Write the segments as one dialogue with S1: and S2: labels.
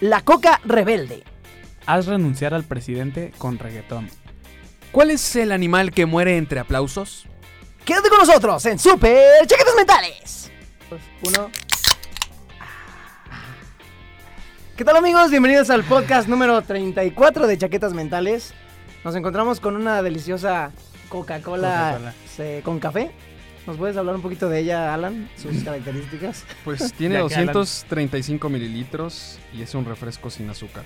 S1: La Coca Rebelde.
S2: Haz renunciar al presidente con reggaetón.
S3: ¿Cuál es el animal que muere entre aplausos?
S1: Quédate con nosotros en Super Chaquetas Mentales. Dos, Uno. Ah. ¿Qué tal amigos? Bienvenidos al podcast número 34 de Chaquetas Mentales. Nos encontramos con una deliciosa Coca-Cola
S2: Coca-Cola.
S1: se- con café. ¿Nos puedes hablar un poquito de ella, Alan? Sus características.
S4: Pues tiene
S2: Ya que hablan.
S4: 235 mililitros y es un refresco sin azúcar.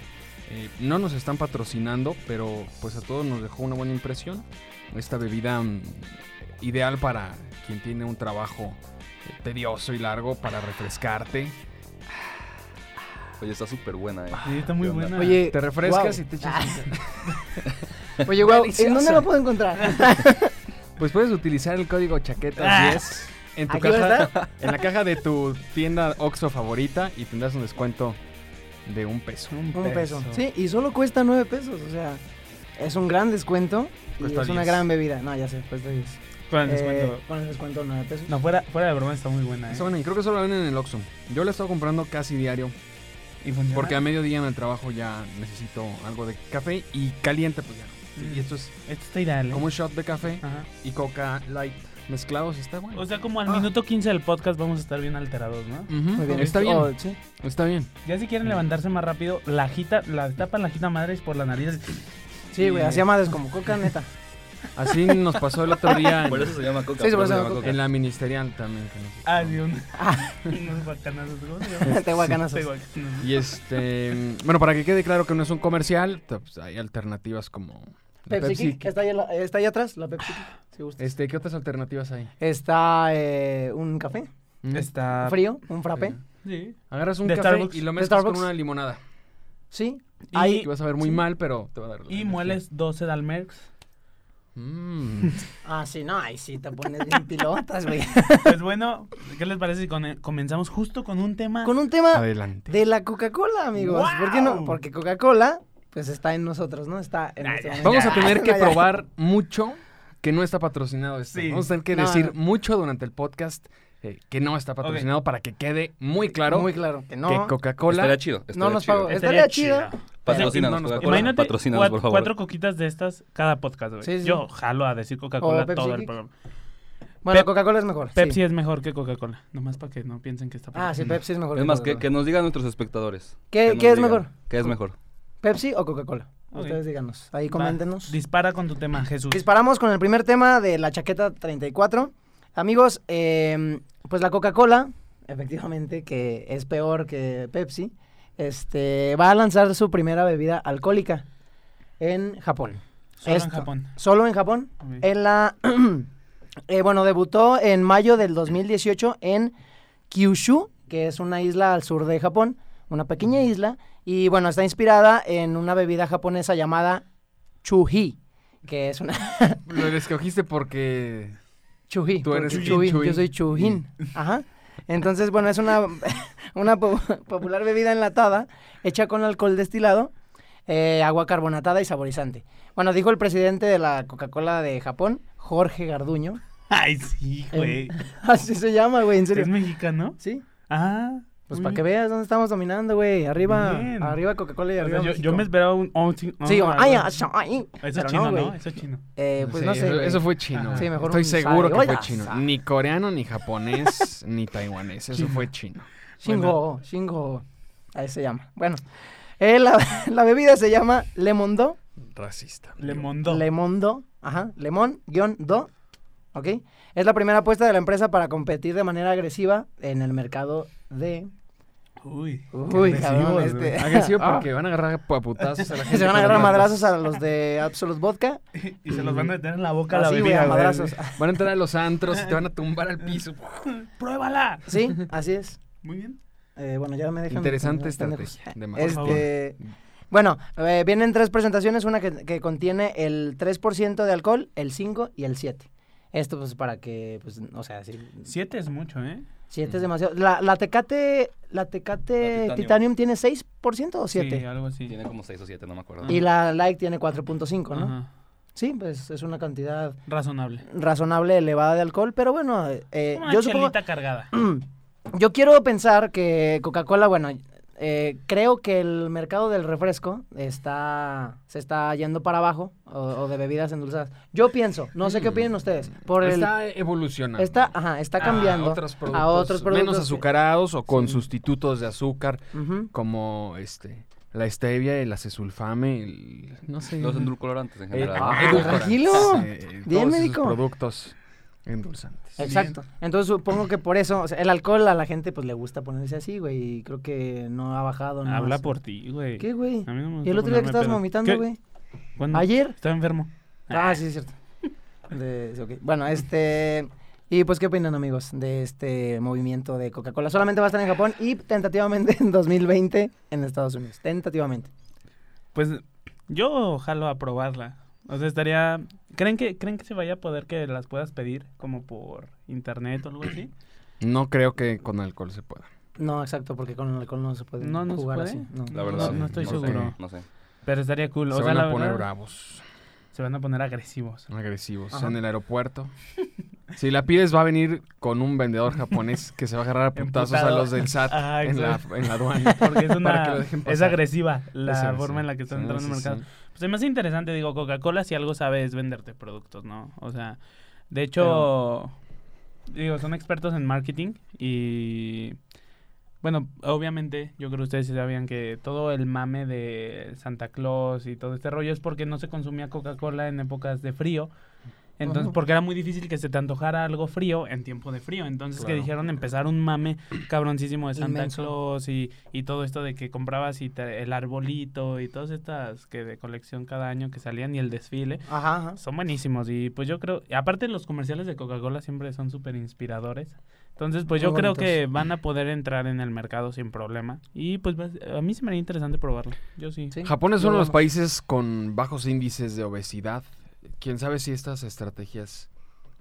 S4: Eh, no nos están patrocinando, pero pues a todos nos dejó una buena impresión. Esta bebida mm, ideal para quien tiene un trabajo eh, tedioso y largo para refrescarte.
S5: Oye, está súper buena, eh.
S2: Sí, está muy
S5: ¿Qué onda?
S2: buena.
S1: Oye,
S4: Te refrescas
S1: guau. Ah.
S4: y te echas... un ca-
S1: Oye, guau, ¿en
S2: Deliciosa.
S1: dónde lo puedo encontrar?
S4: Pues puedes utilizar el código
S2: Ah.
S4: chaquetas10 en tu
S1: Aquí va a
S4: caja,
S1: estar.
S4: en la caja de tu tienda Oxxo favorita y tendrás un descuento de un peso.
S1: Un peso. Sí, y solo cuesta nueve pesos. O sea, es un gran descuento y
S4: Cuesta
S1: es una
S4: 10.
S1: gran bebida. No, ya sé, cuesta 10.
S2: Con el
S1: Eh,
S2: descuento.
S1: Con el descuento 9 pesos.
S2: No, fuera, fuera de broma está muy buena. ¿eh?
S4: Está buena y creo que solo la venden en el Oxxo. Yo la he estado comprando casi diario
S2: ¿Y funciona?
S4: Porque a mediodía en el trabajo ya necesito algo de café y caliente, pues ya. no.
S2: Mm.
S4: Y esto es
S2: Esto está ideal. ¿eh?
S4: como un shot de café
S2: Ajá.
S4: y coca light mezclados, está bueno.
S2: O sea, como al minuto 15 del podcast vamos a estar bien alterados, ¿no?
S4: Ujú,
S1: Muy bien.
S4: Está bien,
S1: Oh, sí.
S4: está bien.
S2: Ya si quieren levantarse más rápido, la agita, la tapan la agita madres por las narices.
S1: Sí, güey, hacía madres como coca, neta.
S4: Así nos pasó el otro día
S5: Por
S4: en,
S5: eso se llama Coca.
S1: Sí, por eso se
S5: se
S1: llama Coca.
S4: en la ministerial también. que nos-
S2: Ah, de un... unos bacanazos. ¿cómo se llama?
S1: Te guacanazos.
S2: Tehuacanazos.
S4: Y este, bueno, para que quede claro que no es un comercial, pues, hay alternativas como la
S1: Pepsi,
S4: Pepsi.
S1: Kick, está ahí, en la- está ahí atrás, la Pepsi Kick, si gustas.
S4: Este, ¿qué otras alternativas hay?
S1: Está eh, un café
S4: Mm.
S2: Está...
S1: frío, un frappé.
S2: Sí.
S4: Agarras un
S2: De
S4: café
S2: Starbucks.
S4: y lo
S1: De
S4: mezclas con
S1: Starbucks.
S4: una limonada.
S1: Sí,
S2: Y-
S1: ahí
S4: Y vas a ver muy mal, pero te va a dar. la
S2: Y
S4: energía.
S2: mueles 12 Dalmerx.
S4: Mm.
S1: Ah, sí, no, ahí sí te pones bien pilotas, güey.
S2: Pues bueno, ¿qué les parece si con- eh, comenzamos justo con un tema?
S1: Con un tema
S4: Adelante.
S1: de la Coca-Cola, amigos. ¿Por qué no?
S2: ¡Wow!
S1: Porque Coca-Cola, pues está en nosotros, ¿no? Está en
S2: Nah,
S1: nuestro
S2: ya.
S1: momento.
S4: Vamos a tener que
S1: No, ya.
S4: probar mucho que no está patrocinado esto.
S2: Sí.
S4: Vamos a tener que
S1: No,
S4: decir
S1: no.
S4: mucho durante el podcast eh, que no está patrocinado para que quede muy claro
S1: Muy claro. Que no.
S4: que Coca-Cola.
S5: Estaría chido. estaría
S1: nos
S5: chido.
S1: pagó. Estaría
S2: chido.
S5: Patrocínanos,
S4: No nos
S5: Coca-Cola.
S2: Imagínate
S5: Patrocínanos,
S2: cuat-
S5: por favor.
S2: cuatro coquitas de estas cada podcast, güey.
S1: Sí, sí,
S2: Yo
S1: sí.
S2: jalo a decir
S1: O
S2: Coca-Cola
S1: Pepsi
S2: todo el
S1: Kick.
S2: programa.
S1: Bueno,
S2: Pep-
S1: Coca-Cola es mejor. sí.
S2: Pepsi es mejor que Coca-Cola. Nomás para que no piensen que está Mm.
S1: Ah, sí,
S2: patrocinado.
S1: Pepsi es mejor.
S5: Es más, que,
S1: Coca-Cola.
S5: que nos digan nuestros espectadores.
S1: ¿Qué-
S5: Que nos
S1: qué es
S5: digan.
S1: mejor?
S5: ¿Qué es mejor?
S1: Pepsi o Coca-Cola.
S2: Ok.
S1: Ustedes díganos. Ahí
S2: Va,
S1: coméntenos.
S2: Dispara con tu tema, Jesús.
S1: Disparamos con el primer tema de la chaqueta 34. Amigos, eh, pues la Coca-Cola, efectivamente, que es peor que Pepsi, este, va a lanzar su primera bebida alcohólica en Japón.
S2: Solo en
S1: Esto.
S2: Japón.
S1: Solo en Japón.
S2: Ok.
S1: En la. eh, bueno, debutó en mayo del 2018 en Kyushu, que es una isla al sur de Japón, una pequeña isla. Y bueno, está inspirada en una bebida japonesa llamada chuhi, que es una.
S4: Lo escogiste porque.
S1: Chují.
S4: Tú
S1: porque
S4: eres
S1: Chují,
S4: Chuy.
S1: Yo soy Chujín. Ajá. Entonces, bueno, es una, una po- popular bebida enlatada hecha con alcohol destilado, eh, agua carbonatada y saborizante. Bueno, dijo el presidente de la Coca-Cola de Japón, Jorge Garduño.
S2: Ay, sí, güey.
S1: Así se llama, güey, en
S2: ¿Es
S1: serio.
S2: mexicano?
S1: Sí.
S2: Ah.
S1: Pues
S2: muy
S1: para que
S2: bien.
S1: veas dónde estamos dominando, güey. Arriba,
S2: Bien.
S1: arriba Coca-Cola y
S2: O
S1: arriba.
S2: sea, yo, yo
S1: México.
S2: me esperaba un... oh, sí, oh,
S1: Sí, o-
S2: algo
S1: ay, ah,
S2: así.
S1: sha- ay.
S2: Eso es
S1: Pero
S2: chino,
S1: güey.
S2: ¿no? Eso es chino.
S1: Eh, pues
S4: Sí,
S1: no sé.
S4: eso,
S1: güey.
S4: eso fue chino.
S2: Ajá.
S1: Sí, mejor
S4: Estoy
S1: un
S4: seguro que
S1: sabe.
S4: fue chino. Ni coreano, ni japonés, ni taiwanés. Eso fue chino.
S1: Shingo, Shingo. Ahí se llama. Bueno, eh, la, la bebida se llama Lemondo.
S4: Racista.
S2: Le mondó.
S1: Lemondo. Ajá, Lemon-Do. ¿Ok? Es la primera apuesta de la empresa para competir de manera agresiva en el mercado de.
S2: Uy.
S1: Uy,
S2: Qué
S1: cabrón,
S2: agresivos,
S1: este.
S2: güey.
S4: Agresivo
S1: Ah.
S4: porque van a agarrar a putazos a la gente.
S1: Se van a
S4: con
S1: agarrar
S4: los
S1: madrazos a los de Absolute Vodka.
S2: Y se los van a meter en la boca a la
S1: Así, güey,
S2: bebida.
S1: a
S2: güey.
S1: madrazos.
S4: lados. Van a entrar a los antros y te van a tumbar al piso.
S2: ¡Pruébala!
S1: Sí, así es.
S2: Muy bien.
S1: Eh, bueno, ya me dejan.
S4: Interesante
S1: pendejos.
S4: estrategia, de más.
S1: Este, bueno, eh, vienen tres presentaciones, una que, que contiene el 3% de alcohol, el 5 y el 7. Esto pues para que, pues, o sea, si
S2: Siete es mucho, ¿eh?
S1: 7 es demasiado. La, la Tecate, la Tecate
S5: La
S1: Titanium. tiene
S5: Titanium.
S1: 6% o
S2: Sí,
S1: 7.
S2: algo así.
S5: Tiene como 6 o 7, no me acuerdo.
S1: y la Light tiene 4.5, ¿no?
S2: Ajá.
S1: Sí, pues es una cantidad
S2: Razonable.
S1: razonable elevada de alcohol, pero bueno, eh,
S2: Una
S1: yo
S2: yo
S1: supongo... Mm.
S2: cargada.
S1: Yo quiero pensar que Coca-Cola, bueno, eh, creo que el mercado del refresco está se está yendo para abajo o, o de bebidas endulzadas. Yo pienso, no sé qué opinen ustedes, por el
S4: Está evolucionando.
S1: está, ajá, está cambiando
S4: a otros productos,
S1: otros productos
S4: menos
S1: que-
S4: azucarados o con sustitutos de azúcar
S1: Ujú.
S4: como este la stevia, el acesulfame, el, no sé,
S5: Los endulcorantes en
S4: Eh,
S5: general.
S4: ah,
S5: ¿no?
S4: edulcorantes,
S1: tranquilo.
S4: eh,
S1: Bien,
S4: todos esos
S1: médico.
S4: productos endulzantes.
S2: Eh.
S1: Exacto. Entonces supongo que por eso, o sea, el alcohol a la gente pues le gusta ponerse así, güey, y creo que no ha bajado. no
S2: Habla
S1: es-
S2: por ti, güey.
S1: ¿Qué, güey?
S2: A mí no me
S1: Y el otro día
S2: gusta
S1: que
S2: ponerme
S1: estabas
S2: pedo.
S1: vomitando,
S2: ¿Qué? Mm.
S1: güey.
S2: ¿Cuándo?
S1: ¿Ayer?
S2: Estaba enfermo.
S1: Ah, sí, es cierto. De- sí, ok. Bueno, este... Y pues, ¿qué opinan, amigos, de este movimiento de Coca-Cola? Solamente va a estar en Japón y tentativamente en 2020 en Estados Unidos. Tentativamente.
S2: Pues yo ojalá a probarla. O sea, estaría... ¿Creen que, ¿Creen que se vaya a poder que las puedas pedir como por internet o algo así?
S4: No creo que con alcohol se pueda.
S1: No, exacto, porque con el alcohol no se puede
S2: No, no se
S1: jugar
S2: puede.
S1: así. No.
S5: La verdad.
S2: No, no estoy
S5: sé,
S2: seguro.
S5: no sé.
S2: Pero estaría cool. O
S4: se
S2: sea,
S4: van
S2: la
S4: a poner
S2: verdad,
S4: bravos,
S2: se van a poner agresivos.
S4: agresivos
S1: Ajá.
S4: en el aeropuerto. si la pides va a venir con un vendedor japonés que se va a agarrar a putazos a
S2: Emputado.
S4: los del SAT
S2: Ah,
S4: en, la,
S2: exacto.
S4: en la aduana.
S2: Porque es
S4: Para que
S2: una...
S4: lo dejen
S2: Es
S4: pasar.
S2: agresiva la
S4: Ese,
S2: forma
S4: sí.
S2: en la que están
S4: Sí,
S2: entrando al
S4: sí,
S2: mercado.
S4: sí.
S2: Pues se me hace interesante, digo, Coca-Cola si algo sabe es venderte productos, ¿no? O sea, de hecho, digo, son expertos en marketing y, bueno, obviamente, yo creo que ustedes sí sabían que todo el mame de Santa Claus y todo este rollo es porque no se consumía Coca-Cola en épocas de frío. Entonces,
S1: Ajá.
S2: porque era muy difícil que se te antojara algo frío en tiempo de frío. Entonces, que
S4: Claro.
S2: dijeron empezar un mame cabroncísimo de Santa
S1: Inmenso.
S2: Claus y, y todo esto de que comprabas y te- el arbolito y todas estas que de colección cada año que salían y el desfile.
S1: Ajá, ajá.
S2: Son buenísimos y pues yo creo, y aparte los comerciales de Coca-Cola siempre son súper inspiradores. Entonces, pues
S1: Muy
S2: yo creo
S1: bonitos.
S2: que van a poder entrar en el mercado sin problema. Y pues va- a mí se me haría interesante probarlo. Yo sí.
S1: Sí.
S4: Japón es
S1: Lo
S4: uno de los
S1: vamos.
S4: países con bajos índices de obesidad. Quién sabe si estas estrategias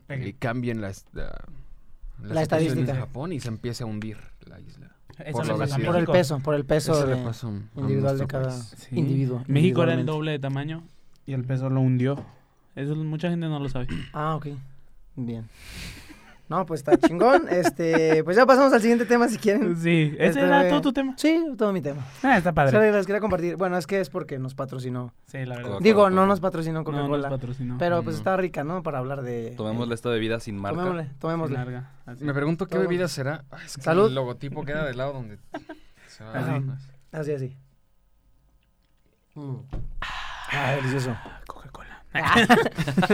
S4: eh, cambien la, est- la- la
S1: La
S4: situación
S1: estadística.
S4: en Japón y se le empiece a hundir la isla.
S2: Eso
S4: Por
S2: le
S4: la
S2: pasa a
S4: obesidad.
S1: Por el
S2: México.
S1: peso, por el peso
S4: Ese
S1: de-
S4: le pasó a
S1: individual de
S4: nuestro
S1: cada
S4: país.
S2: Sí.
S1: individuo.
S2: México era el
S1: individualmente.
S2: doble de tamaño y el peso lo hundió. Eso mucha gente no lo sabe.
S1: Ah, ok. Bien. No, pues está chingón. este, pues ya pasamos al siguiente tema si quieren.
S2: Sí, ese
S1: Este,
S2: era todo tu tema.
S1: Sí, todo mi tema.
S2: Ah, está padre.
S1: Solo les quería compartir. Bueno, es que es porque nos patrocinó.
S2: Sí, la verdad.
S5: Coca-Cola.
S1: Digo, no nos patrocinó
S2: No,
S1: Coca-Cola.
S2: patrocinó.
S1: pero pues
S4: No.
S1: está rica, ¿no? Para hablar de. eh,
S5: Tomémosle esta bebida sin marca.
S1: Tomémosle, tomémosle.
S2: Larga, así.
S4: Me pregunto qué
S1: Vamos.
S4: bebida será. Ah, es que
S1: Salud.
S4: El logotipo queda del lado donde. se va a-
S1: Así. Así, así. Mm. Ah, delicioso.
S2: Coca-Cola.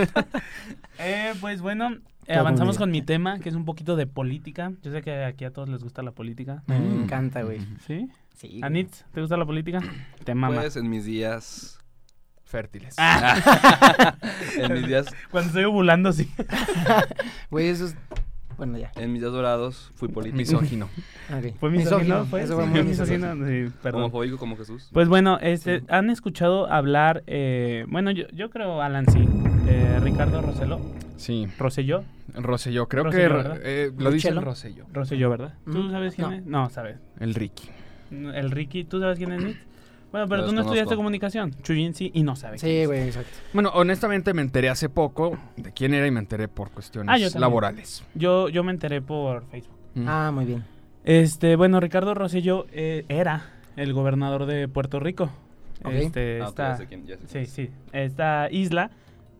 S2: Eh, pues bueno, eh,
S1: Todo
S2: avanzamos
S1: bien.
S2: con mi tema, que es un poquito de política. Yo sé que aquí a todos les gusta la política.
S1: Me
S4: Mm.
S1: encanta, güey.
S2: ¿Sí?
S1: Sí. güey.
S2: Anit, ¿te gusta la política? Te mama.
S5: Pues en mis días.
S4: Fértiles.
S1: Ah.
S5: en mis días.
S2: Cuando estoy ovulando, sí.
S1: Güey, eso es. Bueno, ya.
S5: En mis días dorados fui político.
S4: Misógino.
S1: Ok.
S2: Fue misógino. fue,
S1: Eso fue muy misógino.
S2: misógino. Sí, perdón.
S5: Homofóbico como Jesús.
S2: Pues bueno, este,
S1: Sí.
S2: han escuchado hablar, eh, bueno, yo, yo creo Alan sí, eh, Ricardo Roseló,
S4: Sí.
S2: Rosselló,
S4: Rosselló. Creo
S2: Rosselló, ¿verdad?
S4: que. eh, lo dice el
S1: Ruchelo.
S4: Rosselló.
S2: Rosselló, ¿verdad? ¿Tú
S1: Mm,
S2: sabes quién
S1: no.
S2: es? No, sabes.
S4: El Ricky.
S2: El Ricky, ¿tú sabes quién es Nick? Bueno, pero
S5: Lo
S2: tú no
S5: desconozco.
S2: estudiaste comunicación. Chuyin sí y no sabes.
S1: Sí, güey, exacto.
S4: Bueno, honestamente me enteré hace poco de quién era y me enteré por cuestiones
S2: Ah, yo también.
S4: laborales.
S2: Yo, yo me enteré por Facebook.
S4: Mm.
S1: Ah, muy bien.
S2: Este, bueno, Ricardo Rosselló eh, era el gobernador de Puerto Rico.
S1: Ok.
S2: Este,
S5: Ah, ok,
S2: esta,
S5: ya sé quién, ya sé quién.
S2: sí, sí, esta isla.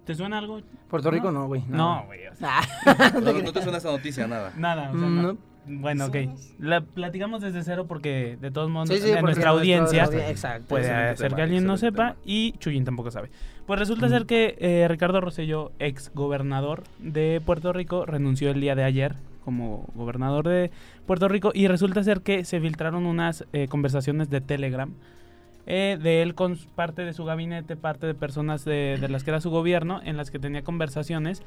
S2: ¿Te suena algo?
S1: Puerto Rico no, güey.
S2: No, güey. o sea,
S1: Ah,
S5: No, no- no te suena esta noticia, nada.
S2: Nada, o sea,
S1: Mm,
S2: no.
S1: no.
S2: Bueno, ok. La platicamos desde cero porque de todos modos
S1: sí, sí,
S2: en
S1: porque
S2: nuestra audiencia
S1: audiencia- Exacto.
S2: puede
S5: Excelente
S2: ser que
S5: tema,
S2: alguien no
S5: excelente
S2: sepa
S5: tema.
S2: y Chuyín tampoco sabe. Pues resulta ser que eh, Ricardo Rosselló, ex gobernador de Puerto Rico, renunció el día de ayer como gobernador de Puerto Rico y resulta ser que se filtraron unas eh, conversaciones de Telegram eh, de él con s- parte de su gabinete, parte de personas de, de las que era su gobierno, en las que tenía conversaciones.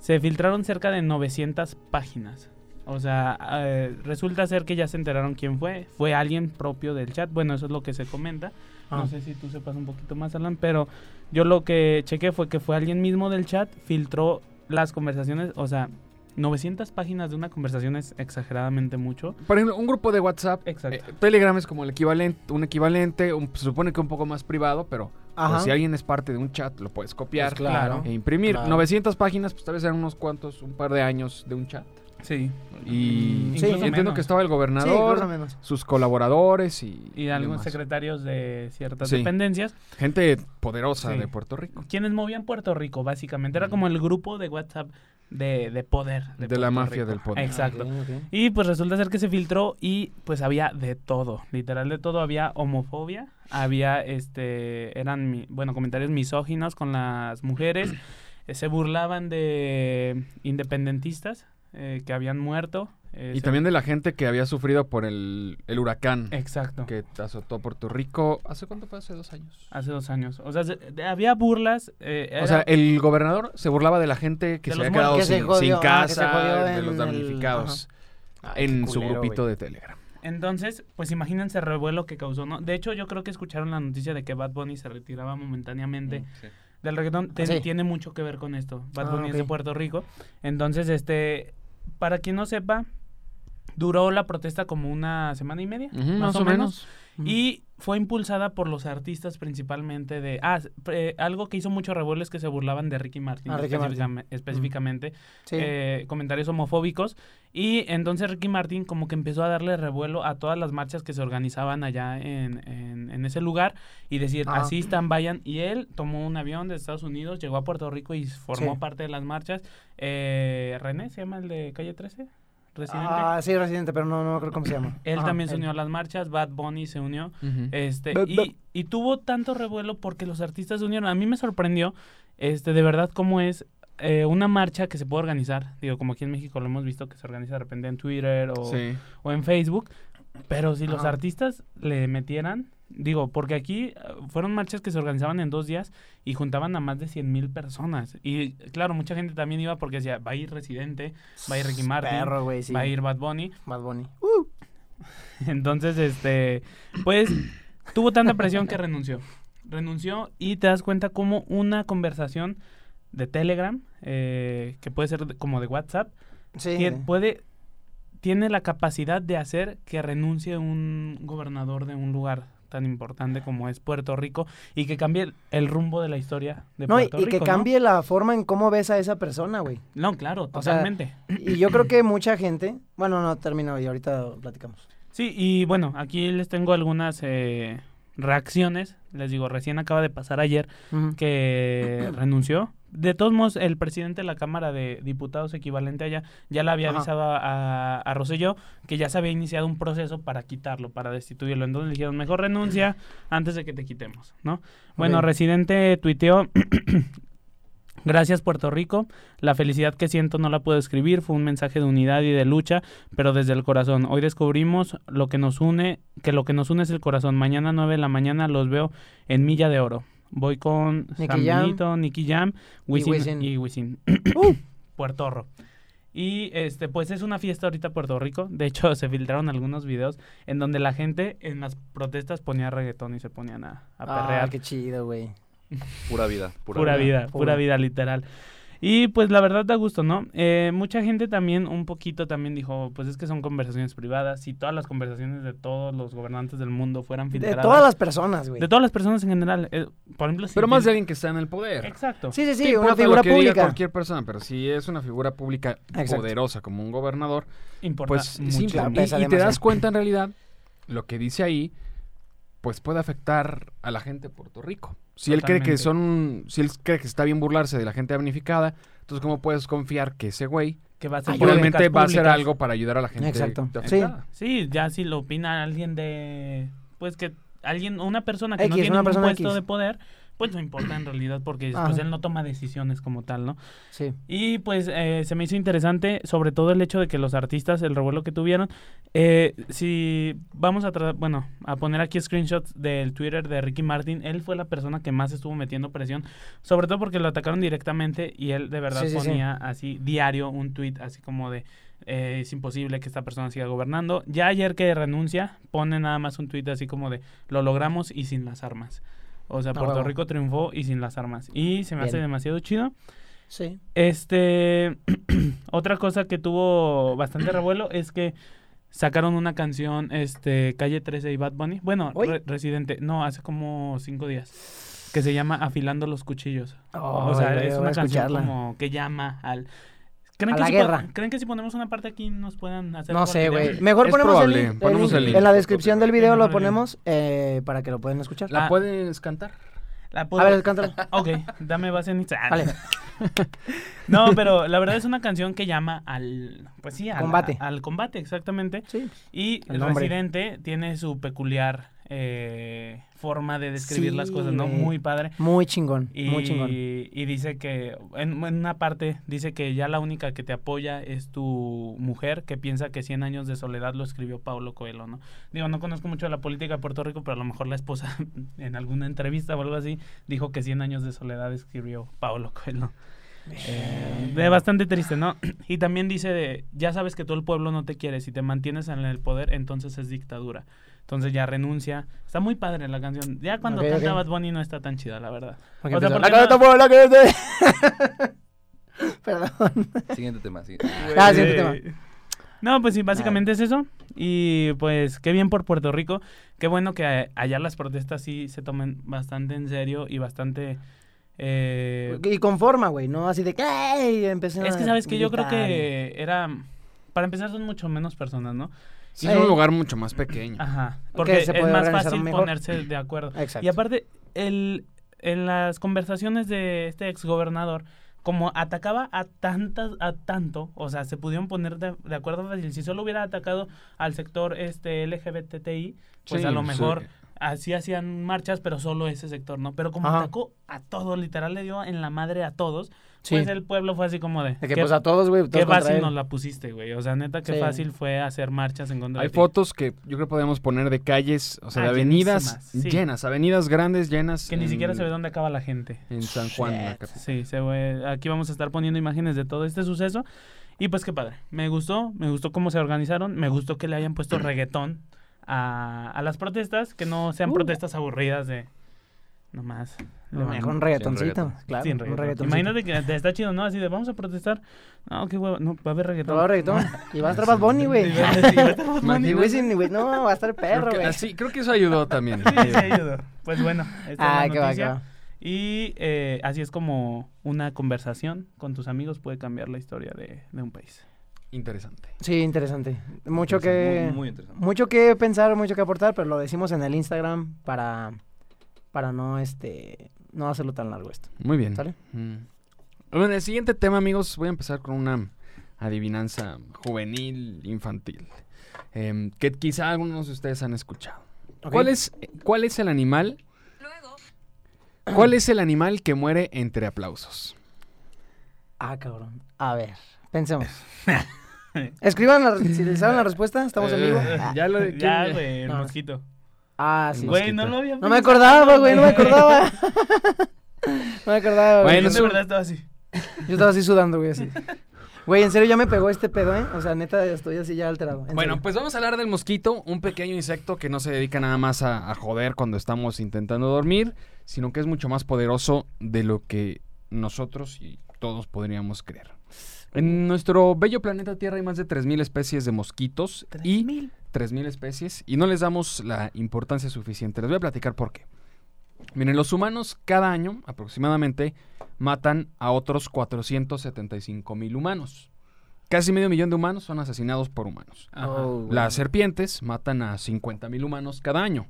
S2: Se filtraron cerca de 900 páginas. O sea, eh, resulta ser que ya se enteraron quién fue. Fue alguien propio del chat. Bueno, eso es lo que se comenta.
S1: Ah.
S2: No sé si tú sepas un poquito más, Alan, pero yo lo que chequé fue que fue alguien mismo del chat, filtró las conversaciones, o sea, 900 páginas de una conversación es exageradamente mucho.
S4: Por ejemplo, un grupo de WhatsApp.
S2: Exacto.
S4: eh, Telegram es como el equivalente, un equivalente, un- se supone que un poco más privado, pero pues,
S1: Ajá.
S4: si alguien es parte de un chat, lo puedes copiar
S1: Pues claro.
S4: e imprimir.
S1: Claro.
S4: 900 páginas, pues tal vez eran unos cuantos, un par de años de un chat.
S2: Sí.
S4: Y
S1: Sí.
S4: entiendo
S1: Incluso
S2: menos.
S4: que estaba el
S1: Sí, más
S4: gobernador,
S1: o menos.
S4: sus colaboradores y,
S2: Y algunos
S4: demás.
S2: secretarios de ciertas
S4: Sí.
S2: dependencias,
S4: gente poderosa
S2: Sí.
S4: de Puerto Rico,
S2: quienes movían Puerto Rico, básicamente. Era como el grupo de WhatsApp de, de poder.
S4: de, la
S2: Puerto
S4: mafia
S2: Rico.
S4: del poder.
S2: Exacto.
S1: Ah, Ok, ok.
S2: Y pues resulta ser que se filtró y pues había de todo, literal de todo, había homofobia, había este, eran, mi- bueno, comentarios misóginos con las mujeres, eh, se burlaban de independentistas eh, que habían muerto. eh,
S4: Y
S2: se-
S4: también de la gente que había sufrido por el, el huracán
S2: Exacto.
S4: que azotó Puerto Rico. ¿Hace cuánto fue? Hace dos años.
S2: Hace dos años. O sea, se- de- había burlas. eh, era-
S4: O sea, el gobernador se burlaba de la gente que
S2: De
S4: se
S2: los
S4: había
S2: muertos.
S4: quedado
S1: Que se
S4: sin,
S1: jodió,
S4: sin
S1: ah, que se
S4: casa,
S1: jodió
S4: de
S1: en
S4: los
S1: el-
S4: damnificados,
S1: Ay, qué
S4: en su
S1: culero,
S4: grupito
S1: güey.
S4: de Telegram.
S2: Entonces, pues imagínense el revuelo que causó, ¿no? De hecho, yo creo que escucharon la noticia de que Bad Bunny se retiraba momentáneamente
S5: Sí.
S2: del reggaetón te-
S1: Ah, Sí.
S2: tiene mucho que ver con esto. Bad
S1: Ah,
S2: Bunny es de
S1: ok.
S2: Puerto Rico. Entonces, este, para quien no sepa, duró la protesta como una semana y media,
S4: Ujú,
S2: más, o menos.
S1: Ujú.
S2: Y fue impulsada por los artistas principalmente de... Ah, s- eh, algo que hizo mucho revuelo es que se burlaban de Ricky Martin
S1: Ah, Ricky Martin.
S2: específicame- específicamente.
S1: Sí.
S2: eh, comentarios homofóbicos. Y entonces Ricky Martin como que empezó a darle revuelo a todas las marchas que se organizaban allá en, en- en ese lugar y decir,
S1: Ah.
S2: así están, vayan. Y él tomó un avión de Estados Unidos, llegó a Puerto Rico y formó
S1: Sí.
S2: parte de las marchas. Eh, René, ¿se llama el de Calle 13? Residente.
S1: Ah, sí, residente, pero no, no creo cómo se llama.
S2: Él
S1: Ajá,
S2: también se
S1: él.
S2: unió a las marchas, Bad Bunny se unió.
S1: Eh,
S2: Este,
S1: Bad
S2: y,
S1: Bunny.
S2: y tuvo tanto revuelo porque los artistas se unieron. A mí me sorprendió, este, de verdad, cómo es eh, una marcha que se puede organizar. Digo, como aquí en México lo hemos visto que se organiza de repente en Twitter o,
S4: Sí.
S2: o en Facebook. Pero si los
S1: Ajá.
S2: artistas le metieran, digo, porque aquí eh, fueron marchas que se organizaban en dos días y juntaban a más de 100 mil personas. Y claro, mucha gente también iba porque decía, va a ir Residente, va a ir Ricky Martin,
S1: Perro, güey, sí.
S2: va a ir Bad Bunny.
S1: Bad Bunny.
S2: Entonces, este, pues, tuvo tanta presión que renunció. Renunció y te das cuenta como una conversación de Telegram, eh, que puede ser de- como de WhatsApp,
S1: Sí.
S2: que puede, tiene la capacidad de hacer que renuncie un gobernador de un lugar tan importante como es Puerto Rico y que cambie el- el rumbo de la historia de
S1: No, y,
S2: Puerto
S1: y
S2: Rico.
S1: que
S2: ¿no?
S1: cambie la forma en cómo ves a esa persona, güey.
S2: No, claro,
S1: O sea,
S2: totalmente.
S1: Y yo creo que mucha gente. Bueno, no, termino y ahorita platicamos.
S2: Sí, y bueno, aquí les tengo algunas eh, reacciones. Les digo, recién acaba de pasar ayer
S1: Ujú.
S2: que renunció. De todos modos, el presidente de la Cámara de Diputados equivalente allá ya le había
S1: Ajá.
S2: avisado a, a Rosselló que ya se había iniciado un proceso para quitarlo, para destituirlo. Entonces le dijeron, mejor renuncia antes de que te quitemos, ¿no? Bueno,
S1: Ok.
S2: residente tuiteó, gracias Puerto Rico, la felicidad que siento no la puedo escribir, fue un mensaje de unidad y de lucha, pero desde el corazón. Hoy descubrimos lo que nos une, que lo que nos une es el corazón. Mañana 9 de la mañana los veo en Milla de Oro. Voy con
S1: Nicky
S2: San
S1: Jam.
S2: Benito, Nicky Jam, Wisin y Wisin.
S1: Wisin. Uh.
S2: Puerto Rico. Y este, pues es una fiesta ahorita en Puerto Rico. De hecho, se filtraron algunos videos en donde la gente en las protestas ponía reggaetón y se ponían a, a perrear.
S1: Ah, qué chido, güey.
S5: Pura vida.
S2: pura, vida, pura
S1: pura.
S2: vida literal. Y pues la verdad da gusto, ¿no? Eh, mucha gente también, un poquito también dijo, pues es que son conversaciones privadas. Si todas las conversaciones de todos los gobernantes del mundo fueran
S1: De
S2: filtradas.
S1: todas las personas, güey.
S2: de todas las personas en general. eh, por ejemplo, si
S4: Pero más de
S2: fil-
S4: alguien que está en el poder.
S2: Exacto.
S1: Sí, sí,
S4: No
S1: sí, una
S4: importa lo
S1: figura
S4: que diga
S1: pública.
S4: cualquier persona, pero si es una figura pública
S1: Exacto.
S4: poderosa como un gobernador,
S2: Importa
S4: pues
S2: mucho.
S4: sí,
S1: Claro,
S4: y-
S1: pesa
S4: y, te das
S1: demasiado.
S4: cuenta en realidad lo que dice ahí, pues puede afectar a la gente de Puerto Rico. Si él cree que
S2: Totalmente.
S4: son, si él cree que está bien burlarse de la gente damnificada, entonces cómo puedes confiar que ese güey
S2: Que va a ser
S1: Ayuda.
S4: realmente Ah, va a hacer
S2: públicas.
S4: algo para ayudar a la gente
S1: Exacto.
S4: afectada?
S2: Sí, ya si lo opina alguien de... Pues que alguien, una persona que no
S1: X,
S2: tiene
S1: una
S2: un
S1: persona
S2: puesto
S1: X.
S2: de poder, pues no importa en realidad porque después
S1: Ajá.
S2: él no toma decisiones como tal, ¿no?
S1: Sí.
S2: Y pues eh, se me hizo interesante, sobre todo el hecho de que los artistas, el revuelo que tuvieron, eh, si vamos a tra- bueno, a poner aquí screenshots del Twitter de Ricky Martin, él fue la persona que más estuvo metiendo presión, sobre todo porque lo atacaron directamente y él de verdad
S1: Sí, sí, sí.
S2: ponía así diario un tweet así como de eh, es imposible que esta persona siga gobernando. Ya ayer que renuncia, pone nada más un tweet así como de lo logramos y sin las armas. O sea,
S1: Ah,
S2: Puerto
S1: huevo.
S2: Rico triunfó y sin las armas. Y se me hace
S1: Bien.
S2: demasiado chido.
S1: Sí.
S2: Este, otra cosa que tuvo bastante revuelo es que sacaron una canción, este, Calle 13 y Bad Bunny. Bueno,
S1: ¿Hoy?
S2: Re- Residente, no, hace como cinco días, que se llama Afilando los Cuchillos. o
S1: Ay,
S2: sea,
S1: güey,
S2: es
S1: voy a
S2: una canción
S1: escucharla.
S2: como que llama al...
S1: a
S2: ¿Creen que
S1: la
S2: si
S1: guerra.
S2: pon- ¿Creen que si ponemos una parte aquí nos puedan hacer
S1: No sé,
S2: corte?
S1: güey. Mejor
S4: Es
S1: ponemos
S4: probable,
S1: el link.
S4: ponemos
S1: el
S4: el
S1: link.
S4: link.
S1: En la descripción del video
S2: Mejor
S1: lo
S2: el link.
S1: ponemos eh, para que lo puedan escuchar.
S2: La- Ah.
S4: puedes cantar?
S2: La puedo-
S1: A ver, cántalo.
S2: Ok, dame base en Instagram.
S1: Vale.
S2: No, pero la verdad es una canción que llama al. Pues sí, al
S1: Combate.
S2: a- al combate, exactamente.
S1: Sí.
S2: Y
S1: El
S2: el
S1: nombre.
S2: residente tiene su peculiar eh, forma de describir
S1: Sí,
S2: las cosas, ¿no?
S1: güey.
S2: Muy padre.
S1: Muy chingón,
S2: Y, eh,
S1: muy chingón.
S2: y dice que, en, en una parte, dice que ya la única que te apoya es tu mujer, que piensa que 100 años de soledad lo escribió Pablo Coelho, ¿no? Digo, no conozco mucho de la política de Puerto Rico, pero a lo mejor la esposa en alguna entrevista o algo así dijo que 100 años de soledad escribió Pablo Coelho. Eh, de bastante triste, ¿no? Y también dice, de, ya sabes que todo el pueblo no te quiere, si te mantienes en el poder, entonces es dictadura. Entonces ya renuncia. Está muy padre la canción. Ya cuando
S1: Ok,
S2: canta
S1: ok.
S2: Bad Bunny no está tan chida, la verdad.
S1: Ok,
S2: o sea,
S1: empezó.
S2: ¿por
S1: La
S2: qué
S1: carota
S2: no?
S1: por la que te- Perdón.
S5: Siguiente tema, siguiente.
S1: Ah, siguiente tema.
S2: Eh,
S1: Ah.
S2: No, pues sí, básicamente es eso. Y pues qué bien por Puerto Rico. Qué bueno que eh, allá las protestas sí se tomen bastante en serio y bastante... eh,
S1: Y con forma, güey, no así de que "Ey", empecé
S2: es que
S1: a
S2: sabes que yo creo
S1: gritar y-
S2: que era... Para empezar son mucho menos personas, ¿no?
S4: Sí, es un
S1: Eh,
S4: lugar mucho más pequeño.
S2: Ajá. Porque
S1: se
S2: es
S1: puede
S2: más
S1: organizar
S2: fácil
S1: mejor.
S2: ponerse de acuerdo.
S1: Exacto.
S2: Y aparte, el, en las conversaciones de este exgobernador, como atacaba a tantas, a tanto, o sea, se pudieron poner de, de acuerdo fácil. Si solo hubiera atacado al sector este LGBTI, pues
S4: Sí,
S2: a lo
S4: sí.
S2: mejor así hacían marchas, pero solo ese sector, ¿no? Pero como
S1: Ajá.
S2: atacó a todo, literal le dio en la madre a todos,
S1: Sí.
S2: pues el pueblo fue así como de.
S1: De que
S2: "Qué-
S1: pues a todos, güey,
S2: Qué
S1: todos contra
S2: fácil
S1: él.
S2: nos la pusiste, güey. O sea, neta, qué
S1: Sí.
S2: fácil fue hacer marchas en contra
S4: Hay
S2: de ti.
S4: fotos que yo creo que podemos poner de calles, o sea, de
S2: Ah,
S4: avenidas
S2: llenísimas, sí.
S4: llenas, avenidas grandes llenas.
S2: Que ni
S4: en-
S2: siquiera se
S1: Mm.
S2: ve dónde acaba la gente.
S4: En San Juan, la capital.
S2: Sí, se ve- aquí vamos a estar poniendo imágenes de todo este suceso. Y pues qué padre. Me gustó, me gustó cómo se organizaron, me gustó que le hayan
S1: Mm.
S2: puesto reggaetón a, a las protestas, que no sean protestas aburridas de nomás.
S1: Lo Uh. mejor un
S2: levanta-
S1: reggaetoncito,
S5: reggaetón.
S1: claro,
S2: sin
S1: un
S2: reggaetón.
S1: reggaetoncito.
S2: Imagínate que te está chido, ¿no? Así de vamos a protestar. No, qué hueva, no, va a haber
S1: Pero
S2: reggaetón.
S1: va a haber reggaetón y va a estar Bad Bunny, güey.
S2: Sí, va a estar Bad Bunny,
S1: Y
S2: ¿no?
S1: güey, sin- güey, no, va a estar
S4: Creo
S1: perro,
S4: que,
S1: güey.
S4: ah, sí, creo que eso ayudó también.
S2: Sí, sí, ayudó. Pues bueno, esta es la
S1: Ah, qué va, qué
S2: noticia.
S1: va.
S2: Y eh, así es como una conversación con tus amigos puede cambiar la historia de, de un país.
S4: Interesante.
S1: Sí, interesante. Mucho que
S5: Muy, muy interesante.
S1: mucho que pensar, mucho que aportar, pero lo decimos en el Instagram para para no este no hacerlo tan largo esto.
S4: Muy bien.
S1: ¿Sale?
S4: Mm. Bueno, el siguiente tema, amigos, voy a empezar con una adivinanza juvenil, infantil, em, que quizá algunos de ustedes han escuchado.
S1: Ok.
S4: ¿Cuál, es, ¿Cuál es el animal? ¿Cuál es el animal que muere entre aplausos?
S1: Ah, cabrón. A ver, pensemos. Escriban la, si les saben la respuesta, estamos en vivo.
S4: Eh, ya lo
S2: Ya, güey, el
S1: No.
S2: mosquito.
S1: Ah, sí.
S2: Güey, no lo había
S1: No me
S2: pensado,
S1: acordaba, güey, no me acordaba. No me acordaba, güey.
S4: Bueno,
S2: Yo de verdad estaba así.
S1: Yo estaba así sudando, güey, así. Güey, en serio ya me pegó este pedo, ¿eh? O sea, neta, estoy así ya alterado. en
S4: Bueno,
S1: serio.
S4: pues vamos a hablar del mosquito, un pequeño insecto que no se dedica nada más a, a joder cuando estamos intentando dormir, sino que es mucho más poderoso de lo que nosotros y todos podríamos creer. En nuestro bello planeta Tierra hay más de 3.000 especies de mosquitos y 3.000 especies y no les damos la importancia suficiente. Les voy a platicar por qué. Miren, los humanos cada año aproximadamente matan a otros 475.000 humanos. Casi medio millón de humanos son asesinados por humanos.
S2: Ajá.
S1: Oh, güey.
S4: Las serpientes matan a 50.000 humanos cada año.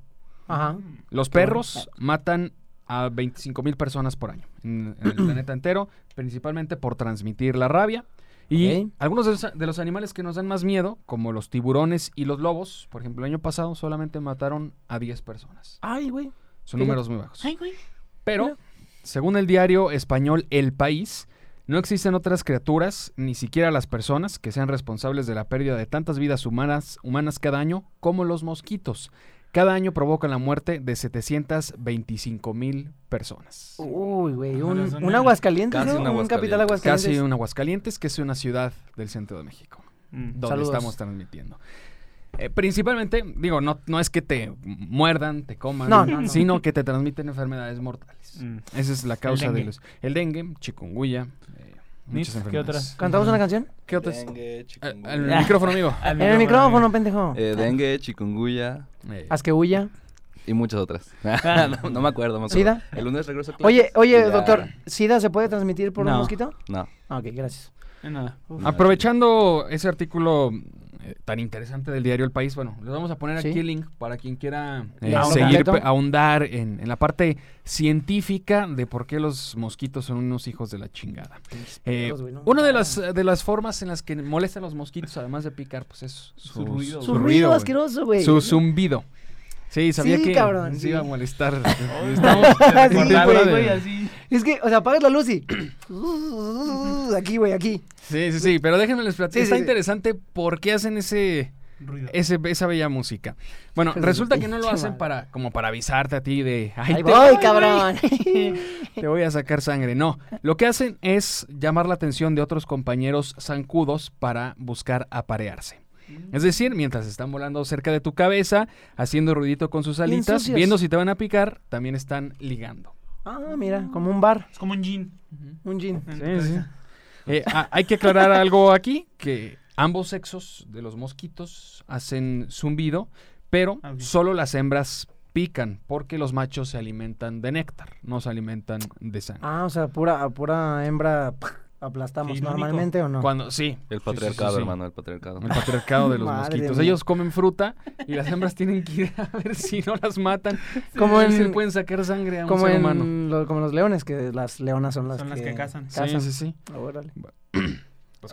S2: ah.
S1: Ajá.
S4: Los
S1: Qué bueno.
S4: perros matan a 25.000 personas por año en, en el planeta entero, principalmente por transmitir la rabia. Y
S1: Ok.
S4: algunos de los, de los animales que nos dan más miedo, como los tiburones y los lobos, por ejemplo, el año pasado solamente mataron a 10 personas.
S1: Ay, güey.
S4: Son
S1: Mira.
S4: números muy bajos.
S2: Ay, güey.
S4: Pero, según el diario español El País, no existen otras criaturas, ni siquiera las personas, que sean responsables de la pérdida de tantas vidas humanas, humanas cada año como los mosquitos. Cada año provocan la muerte de 725 mil personas.
S1: Uy, güey.
S2: Ajá,
S1: Un,
S2: las zonas-
S1: un Aguascalientes,
S5: Casi
S1: ¿no?
S5: un
S1: Un capital Aguascalientes.
S4: Casi un Aguascalientes, que es una ciudad del centro de México,
S2: Mm.
S4: donde
S1: Saludos.
S4: estamos transmitiendo. Eh, principalmente, digo, no, no es que te muerdan, te coman,
S1: No, no, no.
S4: sino que te transmiten enfermedades mortales.
S2: Mm.
S4: Esa es la causa de
S2: dengue.
S4: los. El dengue, chikungunya, eh,
S2: Nits,
S4: muchas
S2: ¿qué
S4: enfermedades.
S2: otras?
S1: ¿Cantamos una canción?
S4: ¿Qué otras? Ah,
S5: Dengue,
S4: Al,
S5: chikungunya.
S4: al micrófono, amigo.
S2: Al
S1: En el micrófono, pendejo.
S5: Eh, dengue, chikungunya.
S4: Eh,
S1: Haz que huya.
S5: y muchas otras. no, no me acuerdo, no me acuerdo.
S1: ¿Sida?
S5: El lunes regreso a clases
S1: Oye,
S5: y
S1: oye,
S5: ya-
S1: doctor, ¿Sida se puede transmitir por un
S2: No.
S1: mosquito?
S5: No.
S1: Ah, ok, gracias.
S2: Eh, Nada.
S5: no,
S4: Aprovechando ese artículo eh, tan interesante del diario El País, bueno, les vamos a poner
S1: Sí.
S4: aquí el link para quien quiera eh,
S1: Leerlo
S4: seguir,
S1: completo.
S4: pe- ahondar en, en la parte científica de por qué los mosquitos son unos hijos de la chingada. Eh,
S1: perros, güey, no.
S4: una de las, de las formas en las que molestan los mosquitos, además de picar, pues es su,
S2: Su ruido,
S1: Su ruido
S4: güey.
S1: asqueroso, güey.
S4: Su zumbido. Sí, sabía
S1: Sí,
S4: que
S1: cabrón,
S4: se
S1: sí.
S4: iba a molestar.
S2: Estamos
S1: Sí,
S2: guardados,
S1: güey.
S2: güey, así.
S1: Es que, o sea, apagas la luz y... aquí, güey, aquí.
S4: Sí, sí, sí, pero déjenme les platicar.
S1: Sí, sí,
S4: Está
S1: sí.
S4: interesante por qué hacen ese,
S2: Ruido.
S4: ese- esa bella música. Bueno,
S1: Hijos de
S4: resulta
S1: su
S4: que no lo
S1: pinche
S4: hacen
S1: madre.
S4: para como para avisarte a ti de ay,
S1: Ahí
S4: te,
S1: voy, cabrón.
S4: te voy a sacar sangre. No, lo que hacen es llamar la atención de otros compañeros zancudos para buscar aparearse. Es decir, mientras están volando cerca de tu cabeza, haciendo ruidito con sus alitas,
S1: sucios.
S4: viendo si te van a picar, también están ligando.
S1: ah, mira, como un bar,
S2: Es como un jean.
S1: un gin.
S4: Sí, sí. Eh, a- hay que aclarar algo aquí, que ambos sexos de los mosquitos hacen zumbido, pero
S2: Ah, ok.
S4: solo las hembras pican, porque los machos se alimentan de néctar, no se alimentan de sangre.
S1: Ah, o sea, pura, pura hembra aplastamos
S2: Sí, lo
S1: normalmente o no.
S4: Cuando, sí.
S5: Ah.
S4: sí, sí,
S5: El
S4: sí,
S5: patriarcado,
S4: sí.
S5: hermano, el patriarcado.
S4: El patriarcado de los
S1: Madre
S4: mosquitos.
S1: mía.
S4: Ellos comen fruta y las hembras tienen que ir a ver si no las matan.
S1: Como
S4: a ver si
S1: en-
S4: le pueden sacar sangre a un
S1: Como,
S4: ser
S1: en
S4: humano.
S1: lo- como los leones, que las leonas son las
S2: Son
S1: que... Ah,
S2: las que cazan.
S4: Sí, sí, sí. Pues,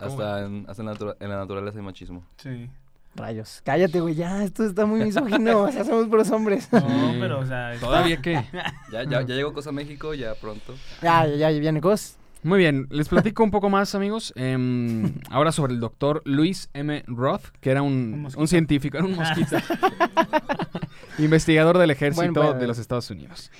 S1: Órale.
S5: hasta en, hasta en, la, natura- en la naturaleza hay machismo.
S2: Sí.
S1: Rayos. Cállate, güey, ya, esto está muy misógino. o sea, somos puros hombres.
S2: No,
S4: Sí.
S2: pero, o sea.
S4: Todavía que...
S5: Ya, ya, ya llegó Cosa México, ya pronto.
S1: Ya, ya, ya, viene Cos.
S4: Muy bien, les platico un poco más, amigos. Em, ahora sobre el doctor Luis M. Roth, que era
S2: Un
S4: un,
S2: mosquito.
S4: un científico, era un mosquito, investigador del ejército
S1: Buen pedo.
S4: de los Estados Unidos.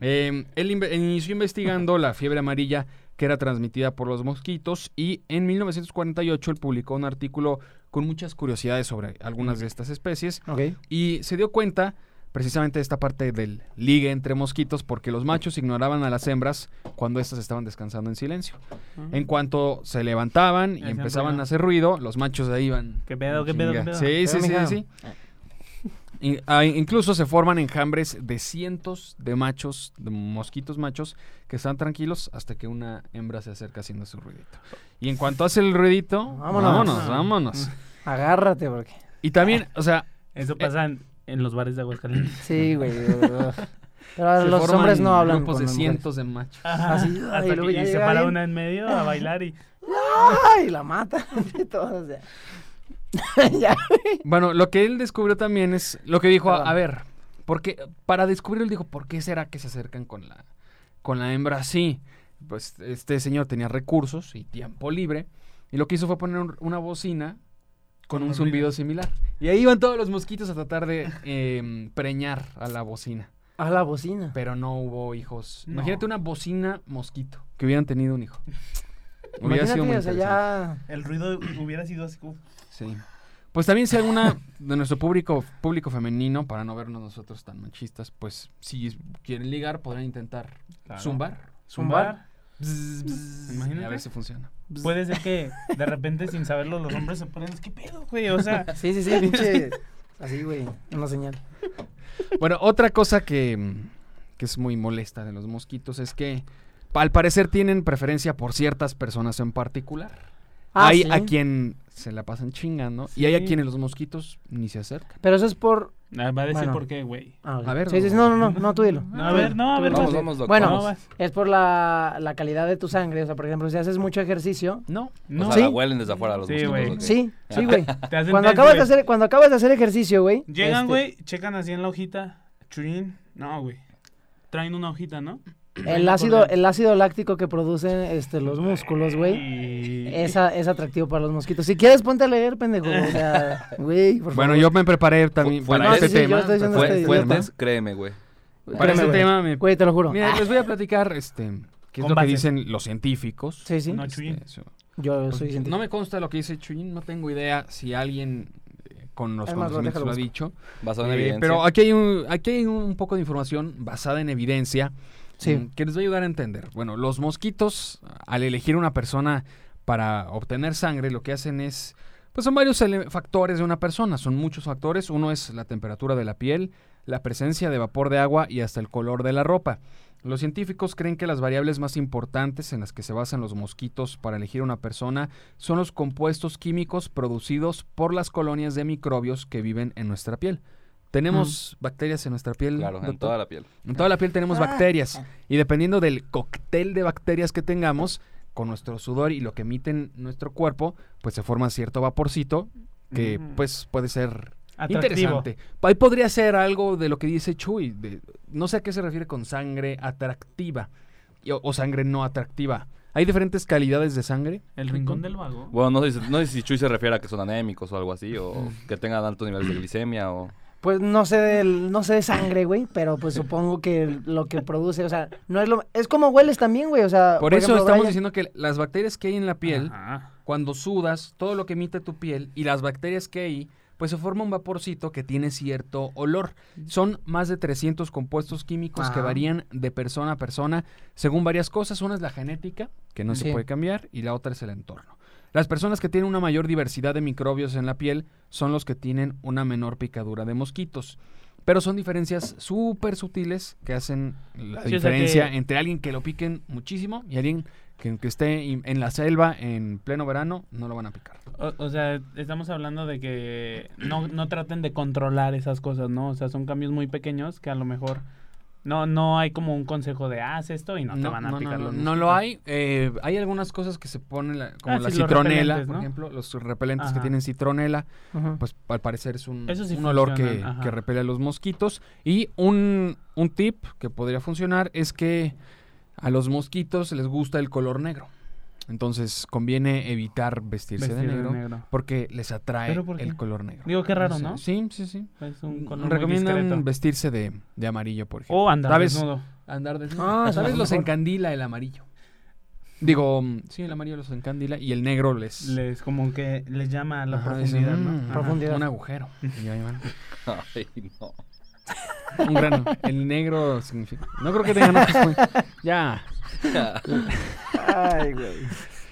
S4: Em, él inve- inició investigando la fiebre amarilla que era transmitida por los mosquitos y en 1948 él publicó un artículo con muchas curiosidades sobre algunas de estas especies
S1: Ok.
S4: y se dio cuenta precisamente de esta parte del ligue entre mosquitos porque los machos ignoraban a las hembras cuando éstas estaban descansando en silencio.
S1: Ah.
S4: En cuanto se levantaban y
S2: Hacían
S4: empezaban
S2: ruido.
S4: a hacer ruido, los machos ahí iban.
S2: ¿Qué pedo, qué
S4: en
S2: pedo, qué pedo?
S4: chinga. Sí, sí, sí, sí. In- ah, incluso se forman enjambres de cientos de machos, de mosquitos machos, que están tranquilos hasta que una hembra se acerca haciendo su ruidito. Y en cuanto hace el ruidito,
S1: Vámonos. Ah.
S4: vámonos, vámonos.
S1: Agárrate, porque...
S4: Y también, o sea,
S2: Eso pasa en, en los bares de Aguascalientes.
S1: Sí, güey. ugh. Pero
S4: se
S1: Ah, los
S4: forman
S1: hombres no hablan
S4: grupos
S1: con
S4: de
S1: las mujeres.
S4: cientos de machos.
S1: Así, ay,
S2: Hasta
S1: luego
S2: que-
S1: ya
S2: y se
S1: llega
S2: para
S1: alguien.
S2: una en medio a bailar y.
S1: ¡Ay! La mata de todos. o sea. ya.
S4: Bueno, lo que él descubrió también es lo que dijo,
S1: Perdón.
S4: a ver, porque para descubrirlo él dijo, ¿por qué será que se acercan con la con la hembra así? Pues este señor tenía recursos y tiempo libre y lo que hizo fue poner un- una bocina con
S2: Con
S4: un
S2: los
S4: zumbido
S2: ruidos.
S4: similar. Y ahí iban todos los mosquitos a tratar de em, preñar a la bocina,
S1: A la bocina.
S4: pero no hubo hijos.
S2: No.
S4: Imagínate una bocina mosquito que hubieran tenido un hijo. Hubiera
S1: Imagínate,
S4: sido muy
S1: o sea,
S4: interesante.
S1: ya...
S2: El ruido hubiera sido así como.
S4: Sí. Pues también si alguna de nuestro público público femenino, para no vernos nosotros tan machistas, pues si quieren ligar podrán intentar zumbar.
S2: Zumbar.
S4: Bzz, bzz,
S2: Imagínate.
S4: A ver si funciona.
S1: Pues,
S2: Puede ser que de repente sin saberlo los hombres se ponen. ¿Qué pedo, güey? O sea.
S1: Sí, sí, sí, pinche... Así, güey. Una señal.
S4: Bueno, otra cosa que, mm, que es muy molesta de los mosquitos es que pa- al parecer tienen preferencia por ciertas personas en particular.
S1: Ah,
S4: hay
S1: sí.
S4: a quien se la pasan chingando y hay a
S2: Sí.
S4: quienes los mosquitos ni se acercan.
S1: Pero eso es por...
S2: Ah, Va a decir
S1: Bueno.
S2: por qué, güey.
S1: Ah, ok.
S4: A ver,
S1: Sí, sí, sí, no, no, no, no, tú dilo.
S2: No, a ver, no, a ver.
S5: Vamos,
S2: vas.
S5: vamos, doctor.
S1: Bueno,
S2: No, vas.
S1: Es por la, la calidad de tu sangre. O sea, por ejemplo, si haces mucho ejercicio.
S4: No.
S5: O
S2: No,
S5: sea,
S1: ¿Sí?
S5: la huelen desde afuera los
S2: Sí,
S5: mosquitos.
S2: güey.
S5: ¿ok?
S1: Sí, sí, güey.
S2: te hacen
S1: Cuando
S2: test,
S1: acabas de
S2: güey.
S1: hacer, cuando acabas de hacer ejercicio, güey. este,
S2: Llegan, güey, checan así en la hojita. Churín. No, güey. Traen una hojita, ¿no?
S1: El ácido, el ácido láctico que producen este, los músculos, güey.
S2: Y-
S1: Esa, es atractivo para los mosquitos. Si quieres, ponte a leer, pendejo. O sea, güey, por
S4: Bueno,
S1: favor.
S4: yo me preparé también.
S5: Para
S4: bueno,
S5: este
S4: este
S5: sí,
S1: yo
S4: tema.
S1: estoy diciendo
S5: Fue-
S1: este idiota.
S5: fuentes, créeme, güey.
S4: Para
S1: Créeme,
S4: este
S1: güey.
S4: tema me
S1: Güey, te lo juro. Ah,
S4: Mira, les voy a platicar este, qué es
S2: Con
S4: lo que
S2: bases.
S4: dicen los científicos.
S1: Sí, sí.
S2: No,
S4: Este,
S2: Chuyín.
S4: su-
S1: Yo soy científico.
S4: pues, no me consta lo que dice Chuyín, no tengo idea si alguien eh, con los
S1: Es más, lo
S4: conocimientos
S1: déjalo
S4: lo ha
S1: busco.
S4: dicho.
S5: Basado en
S4: Eh,
S5: evidencia.
S4: pero aquí hay, un, aquí hay un poco de información basada en evidencia
S1: Sí.
S4: mm, que les va a ayudar a entender. Bueno, los mosquitos, al elegir una persona para obtener sangre, lo que hacen es... Pues son varios ele- factores de una persona, son muchos factores. Uno es la temperatura de la piel, la presencia de vapor de agua y hasta el color de la ropa. Los científicos creen que las variables más importantes en las que se basan los mosquitos para elegir una persona son los compuestos químicos producidos por las colonias de microbios que viven en nuestra piel. Tenemos bacterias en nuestra piel.
S5: Mm. Claro, en
S4: doctor?
S5: toda la piel.
S4: En toda la piel tenemos
S1: Ah.
S4: bacterias y dependiendo del cóctel de bacterias que tengamos, con nuestro sudor y lo que emiten nuestro cuerpo, pues se forma cierto vaporcito que
S2: Ujú.
S4: pues puede ser
S2: Atractivo.
S4: interesante. Ahí podría ser algo de lo que dice Chuy, de- no sé a qué se refiere con sangre atractiva y- o, o sangre no atractiva. Hay diferentes calidades de sangre.
S2: El rincón del vago.
S5: Bueno, no sé, si- no sé si Chuy se refiere a que son anémicos o algo así, o que tengan altos niveles de glicemia o...
S1: Pues no sé del, no sé de sangre, güey, pero pues supongo que lo que produce, o sea, no es lo es como hueles también, güey, o sea,
S4: Por, eso
S1: Ah, ejemplo,
S4: estamos
S1: Brian-
S4: diciendo que las bacterias que hay en la piel
S2: Ajá.
S4: cuando sudas, todo lo que emite tu piel y las bacterias que hay, pues se forma un vaporcito que tiene cierto olor. Son más de 300 compuestos químicos que
S1: Ah.
S4: varían de persona a persona según varias cosas. Una es la genética, que no
S1: Sí.
S4: se puede cambiar, y la otra es el entorno. Las personas que tienen una mayor diversidad de microbios en la piel son los que tienen una menor picadura de mosquitos. Pero son diferencias súper sutiles que hacen la
S2: Sí, o sea
S4: diferencia
S2: que-
S4: entre alguien que lo piquen muchísimo y alguien que aunque esté in- en la selva en pleno verano, no lo van a picar.
S2: O, o sea, estamos hablando de que no, no traten de controlar esas cosas, ¿no? O sea, son cambios muy pequeños que a lo mejor no no hay como un consejo de haz esto y no, te van a picar
S4: no,
S2: los
S4: no
S2: mosquitos".
S4: lo hay. Eh, hay algunas cosas que se ponen, la- como
S2: Ah,
S4: la
S2: sí, los
S4: citronela,
S2: repelentes,
S4: por
S2: ¿no?
S4: ejemplo, los repelentes
S2: Ajá.
S4: que tienen citronela,
S1: Ujú.
S4: pues al parecer es un,
S2: Eso sí
S4: un olor que,
S2: funcionan, ajá.
S4: que repele a los mosquitos. Y un, un tip que podría funcionar es que a los mosquitos les gusta el color negro. Entonces conviene evitar vestirse
S2: Vestir
S4: de negro,
S2: negro.
S4: porque les atrae
S2: ¿Pero por qué?
S4: el color negro.
S2: Digo, qué raro, ¿no?
S4: Sí, sí, sí.
S2: Es un color muy
S4: Mm, Recomiendan
S2: discreto.
S4: vestirse de, de amarillo, por ejemplo.
S2: O andar
S4: ¿Sabes?
S2: desnudo.
S4: Andar desnudo.
S1: Ah, eso
S4: ¿Sabes?
S1: es
S4: Los
S1: mejor.
S4: encandila el amarillo. Digo, mm, sí, el amarillo los encandila y el negro les...
S2: Les, como que les llama a la
S4: Ajá, dicen,
S2: profundidad, ¿no?
S4: "Mm,
S2: Ajá.
S1: Profundidad.
S4: Un agujero. Y ahí van.
S5: Ay, no.
S4: Un grano. El negro significa... No creo que tengan ojos, güey. Ya.
S1: Ay, güey.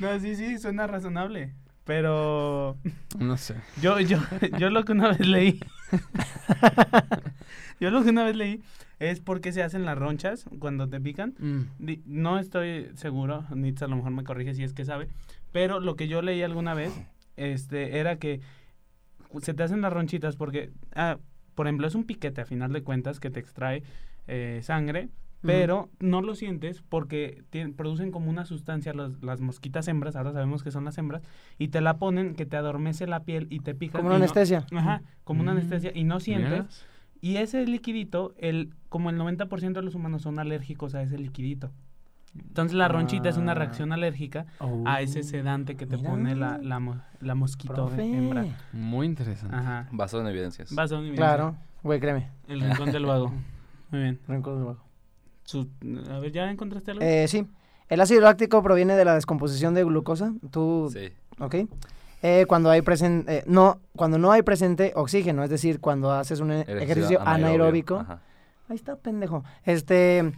S2: No, sí, sí, suena razonable. Pero
S4: No sé.
S2: Yo, yo, yo lo que una vez leí. yo lo que una vez leí es por qué se hacen las ronchas cuando te pican.
S4: Mm.
S2: Di- No estoy seguro, Nitz a lo mejor me corrige si es que sabe. Pero lo que yo leí alguna vez este, era que se te hacen las ronchitas porque, ah, por ejemplo, es un piquete a final de cuentas que te extrae eh, sangre. Pero no lo sientes porque tien- producen como una sustancia los- las mosquitas hembras, ahora sabemos que son las hembras, y te la ponen que te adormece la piel y te pica.
S1: Como una anestesia.
S2: Ajá, como una
S4: Mm.
S2: anestesia y no sientes.
S4: ¿Vieras?
S2: Y ese liquidito, el, como el 90% de los humanos son alérgicos a ese liquidito. Entonces la ronchita es una
S4: Ah.
S2: reacción alérgica a Ah, ese sedante que te
S1: Uh, Mira.
S2: pone la, la, mo- la mosquito
S1: Profe.
S2: hembra.
S4: Muy interesante.
S2: Ajá.
S5: Basado en evidencias.
S2: Vas a un nivel.
S1: Claro, güey, créeme.
S2: El rincón del vago. Muy bien.
S1: Rincón del vago.
S2: Su- a ver, ¿ya encontraste algo?
S1: Eh, sí. El ácido láctico proviene de la descomposición de glucosa. Tú,
S5: Sí.
S1: ¿ok? Eh, cuando hay presente, no, cuando no hay presente oxígeno, es decir, cuando haces un e- ejercicio anaeróbico.
S5: Ajá.
S1: Ahí está, pendejo. Este,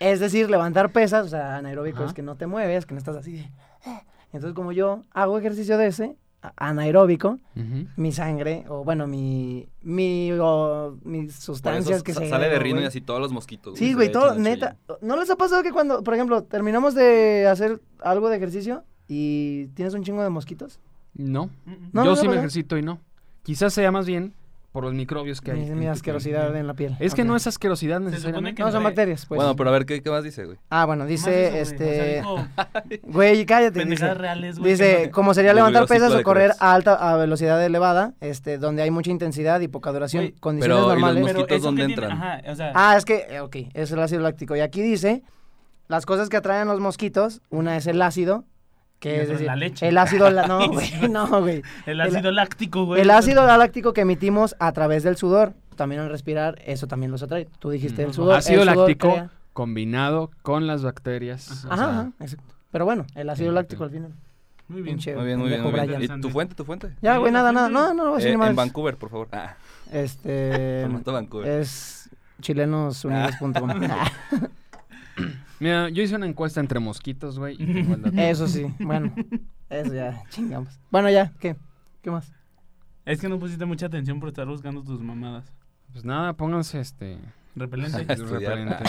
S1: es decir, levantar pesas, o sea, anaeróbico
S2: Ajá.
S1: es que no te mueves, que no estás así. de, "Eh". Entonces, como yo hago ejercicio de ese, a- anaeróbico,
S4: Ujú.
S1: mi sangre, o bueno, mi, mi, o mis
S5: Por eso
S1: sustancias que
S5: sa-
S1: se
S5: sale de
S1: agregan,
S5: rino y
S1: güey.
S5: así todos los mosquitos.
S1: Sí,
S5: se
S1: güey,
S5: le
S1: todo,
S5: echan en su-
S1: neta. ¿No les ha pasado que cuando, por ejemplo, terminamos de hacer algo de ejercicio y tienes un chingo de mosquitos?
S4: No.
S2: Mm,
S1: No,
S4: Yo
S1: no,
S4: sí
S1: no,
S4: me
S1: ¿verdad?
S4: ejercito y no. Quizás sea más bien por los microbios que hay.
S1: Es
S4: en
S1: mi
S4: tu
S1: asquerosidad
S4: piel.
S1: en la piel.
S4: Es que
S1: Ok.
S4: no es asquerosidad necesariamente.
S2: que
S1: No, son
S2: trae-
S1: bacterias, pues.
S5: Bueno, pero a ver, ¿qué, qué más dice, güey?
S1: Ah, bueno, dice,
S2: Más eso, güey. O sea,
S1: este...
S2: dijo
S1: Güey, cállate.
S2: pendejadas
S1: Dice,
S2: reales, güey.
S1: dice,
S2: que no-
S1: como sería
S5: Volvió
S1: levantar
S5: al ciclo
S1: pesas o
S5: de
S1: correr
S5: Krebs.
S1: a alta a velocidad elevada, este, donde hay mucha intensidad y poca duración,
S2: Güey,
S1: condiciones
S5: pero, ¿y los
S1: normales.
S5: mosquitos
S2: ¿eso qué
S5: dónde
S2: tiene?
S5: entran?
S2: Ajá, o sea,
S1: Ah, es que, eh, ok, es el ácido láctico. Y aquí dice, las cosas que atraen los mosquitos, una es el ácido,
S2: Y
S1: que es
S2: otra es
S1: decir,
S2: la leche.
S1: el ácido, la- no, güey, no, güey.
S2: el ácido láctico, güey.
S1: El ácido láctico que emitimos a través del sudor, también al respirar, eso también los atrae. Tú dijiste
S4: Mm.
S1: el sudor.
S4: Ácido
S1: el sudor
S4: láctico
S1: crea-
S4: combinado con las bacterias. o
S1: Ajá,
S4: sea,
S1: ajá, exacto. Pero bueno, el ácido
S4: ok.
S1: láctico al final.
S2: Muy
S1: Pinche
S5: Muy bien, muy bien.
S1: pendejo
S5: Muy bien.
S1: Brian.
S5: ¿Y tu fuente, tu fuente?
S1: Ya, güey, nada, nada. No,
S2: Bastante.
S1: no, no voy a decir
S5: Eh,
S1: más.
S5: en Vancouver, por favor. Ah,
S1: Este.
S5: formato Vancouver.
S1: Es chilenosunidos.com.
S4: Ah. Mira, yo hice una encuesta entre mosquitos, güey. y tengo el dato.
S1: eso sí, bueno. Eso ya, chingamos. Bueno, ya, ¿qué? ¿Qué más?
S2: Es que no pusiste mucha atención por estar buscando tus mamadas.
S4: Pues nada, pónganse este.
S2: Repelente.
S5: Estudiar.
S4: repelente.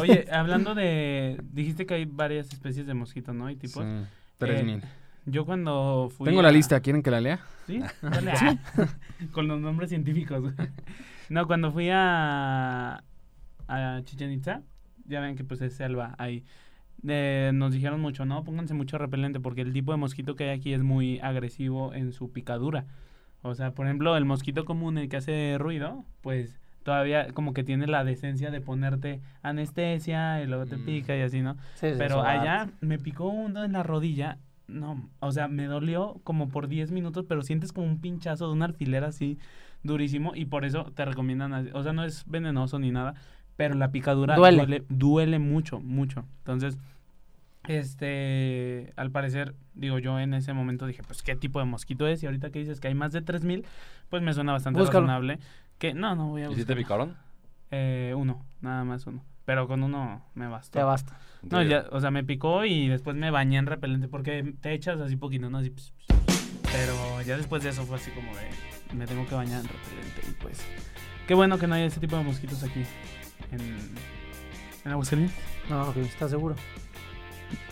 S2: Oye, hablando de. Dijiste que hay varias especies de mosquito, ¿no? Y tipos.
S4: Sí, pues? Eh, 3000.
S2: Yo cuando fui.
S4: Tengo la
S2: a-
S4: lista, ¿quieren que la lea?
S2: ¿Sí? Dale, ah. Con los nombres científicos. güey. No, cuando fui a, a Chichen Itza, ya ven que pues es selva ahí. Eh, nos dijeron mucho, no, pónganse mucho repelente porque el tipo de mosquito que hay aquí es muy agresivo en su picadura. O sea, por ejemplo, el mosquito común, el que hace ruido, pues todavía como que tiene la decencia de ponerte anestesia y luego te
S4: Mm.
S2: pica y así, ¿no?
S1: Sí, sí,
S2: Pero
S1: eso va.
S2: allá me picó uno en la rodilla. No, o sea, me dolió como por 10 minutos, pero sientes como un pinchazo de un alfiler así durísimo y por eso te recomiendan, así. o sea, no es venenoso ni nada, pero la picadura
S1: Duele.
S2: duele, duele mucho, mucho. Entonces, este, al parecer, digo yo en ese momento dije, pues qué tipo de mosquito es y ahorita que dices que hay más de 3000, pues me suena bastante
S1: Búscalo.
S2: razonable que no, no voy a
S5: ¿Y si te
S2: buscarlo.
S5: picaron?
S2: Eh, uno, nada más uno, pero con uno me bastó.
S1: Te basta.
S2: No, ya, o sea, me picó y después me bañé en repelente porque te echas así poquito, ¿no? Así, pss, pss. Pero ya después de eso fue así como de, me tengo que bañar en repelente y pues, qué bueno que no hay ese tipo de mosquitos aquí en, en Aguascalientes.
S1: No, ok, ¿estás seguro?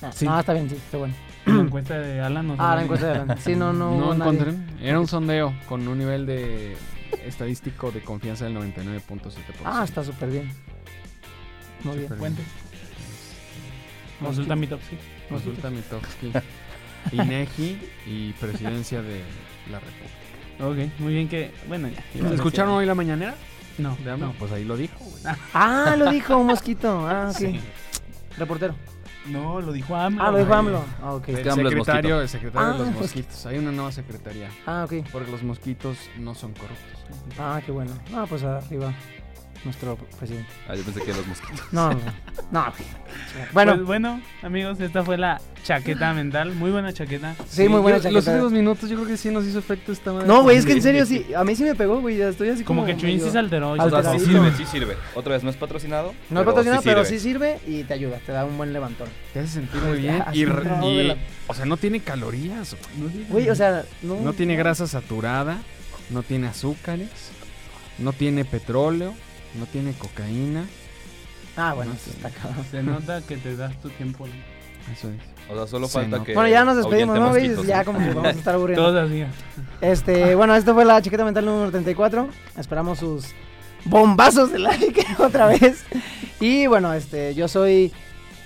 S1: Ah,
S2: Sí.
S1: No, está bien, sí, está bueno.
S2: En la encuesta de Alan nos
S1: Ah,
S2: salió.
S1: la encuesta de adelante. Sí, no, no.
S4: No,
S1: hubo nadie.
S4: encontré. Era un sondeo con un nivel de estadístico de confianza del 99.7%.
S1: Ah, está súper bien. Muy bien. Este,
S4: Súper
S2: Cuente, consulta mi top six.
S4: Consulta Mitofsky, INEGI y Presidencia de la República.
S2: Ok, muy bien que, bueno, ya.
S4: ¿Escucharon hoy la mañanera?
S2: No,
S4: de AMLO?
S2: no,
S4: Pues ahí lo dijo, güey.
S1: Ah, lo dijo un mosquito. Ah, ok. Reportero.
S2: no, lo dijo AMLO.
S1: Ah, lo dijo
S2: güey.
S1: AMLO. Ah, ok.
S4: El
S5: que AMLO es
S4: secretario, el secretario
S1: Ah,
S4: de los
S1: mosquito.
S4: mosquitos. Hay una nueva secretaría.
S1: Ah, ok.
S4: Porque los mosquitos no son corruptos.
S1: Ah, qué bueno. Ah, pues arriba. Nuestro presidente.
S5: Ah, yo pensé que los mosquitos.
S1: No, no. no. Bueno,
S2: Pues bueno, amigos, esta fue la chaqueta mental. Muy buena chaqueta.
S1: sí, muy buena
S4: yo- Los
S1: chaqueta.
S4: últimos minutos yo creo que sí nos hizo efecto esta madre.
S1: No, güey, Pues, es que en serio sí. A mí sí me pegó, güey. ya Estoy así como.
S2: Como que Chuyin
S1: medio-
S2: sí se alteró.
S5: O sea, sí
S1: Alteradito.
S5: sirve, sí sirve. Otra vez, no es patrocinado.
S1: No es patrocinado, pero sí
S5: sirve.
S1: sirve y te ayuda. Te da un buen levantón.
S4: Te hace sentir muy bien.
S1: Ah,
S4: Y,
S1: sí,
S4: re-
S1: no,
S4: y-
S1: de la-
S4: o sea, no tiene calorías. güey.
S1: Güey, o sea, no.
S4: No tiene grasa saturada. No tiene azúcares. No tiene petróleo. No tiene cocaína.
S1: Ah, bueno,
S4: No
S1: eso
S4: tiene.
S1: está cabrón.
S2: Se nota que te das tu tiempo. libre.
S4: Eso es.
S5: O sea, solo
S4: Sí,
S5: falta
S4: no.
S5: que.
S1: Bueno, ya nos despedimos,
S5: ahuyente
S1: ¿no, güey?
S5: mosquitos,
S1: Ya
S5: ¿no?
S1: como que vamos a estar aburriendo.
S2: Todos así.
S1: Este, bueno, esto fue la chaqueta mental número 34. Esperamos sus bombazos de like otra vez. Y bueno, este, yo soy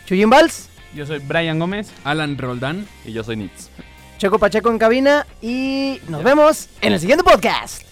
S1: Chuyín Valls,
S2: Yo soy Brian Gómez.
S4: Alan Roldán.
S5: Y yo soy Nitz.
S1: Checo Pacheco en cabina y nos vemos en el siguiente podcast.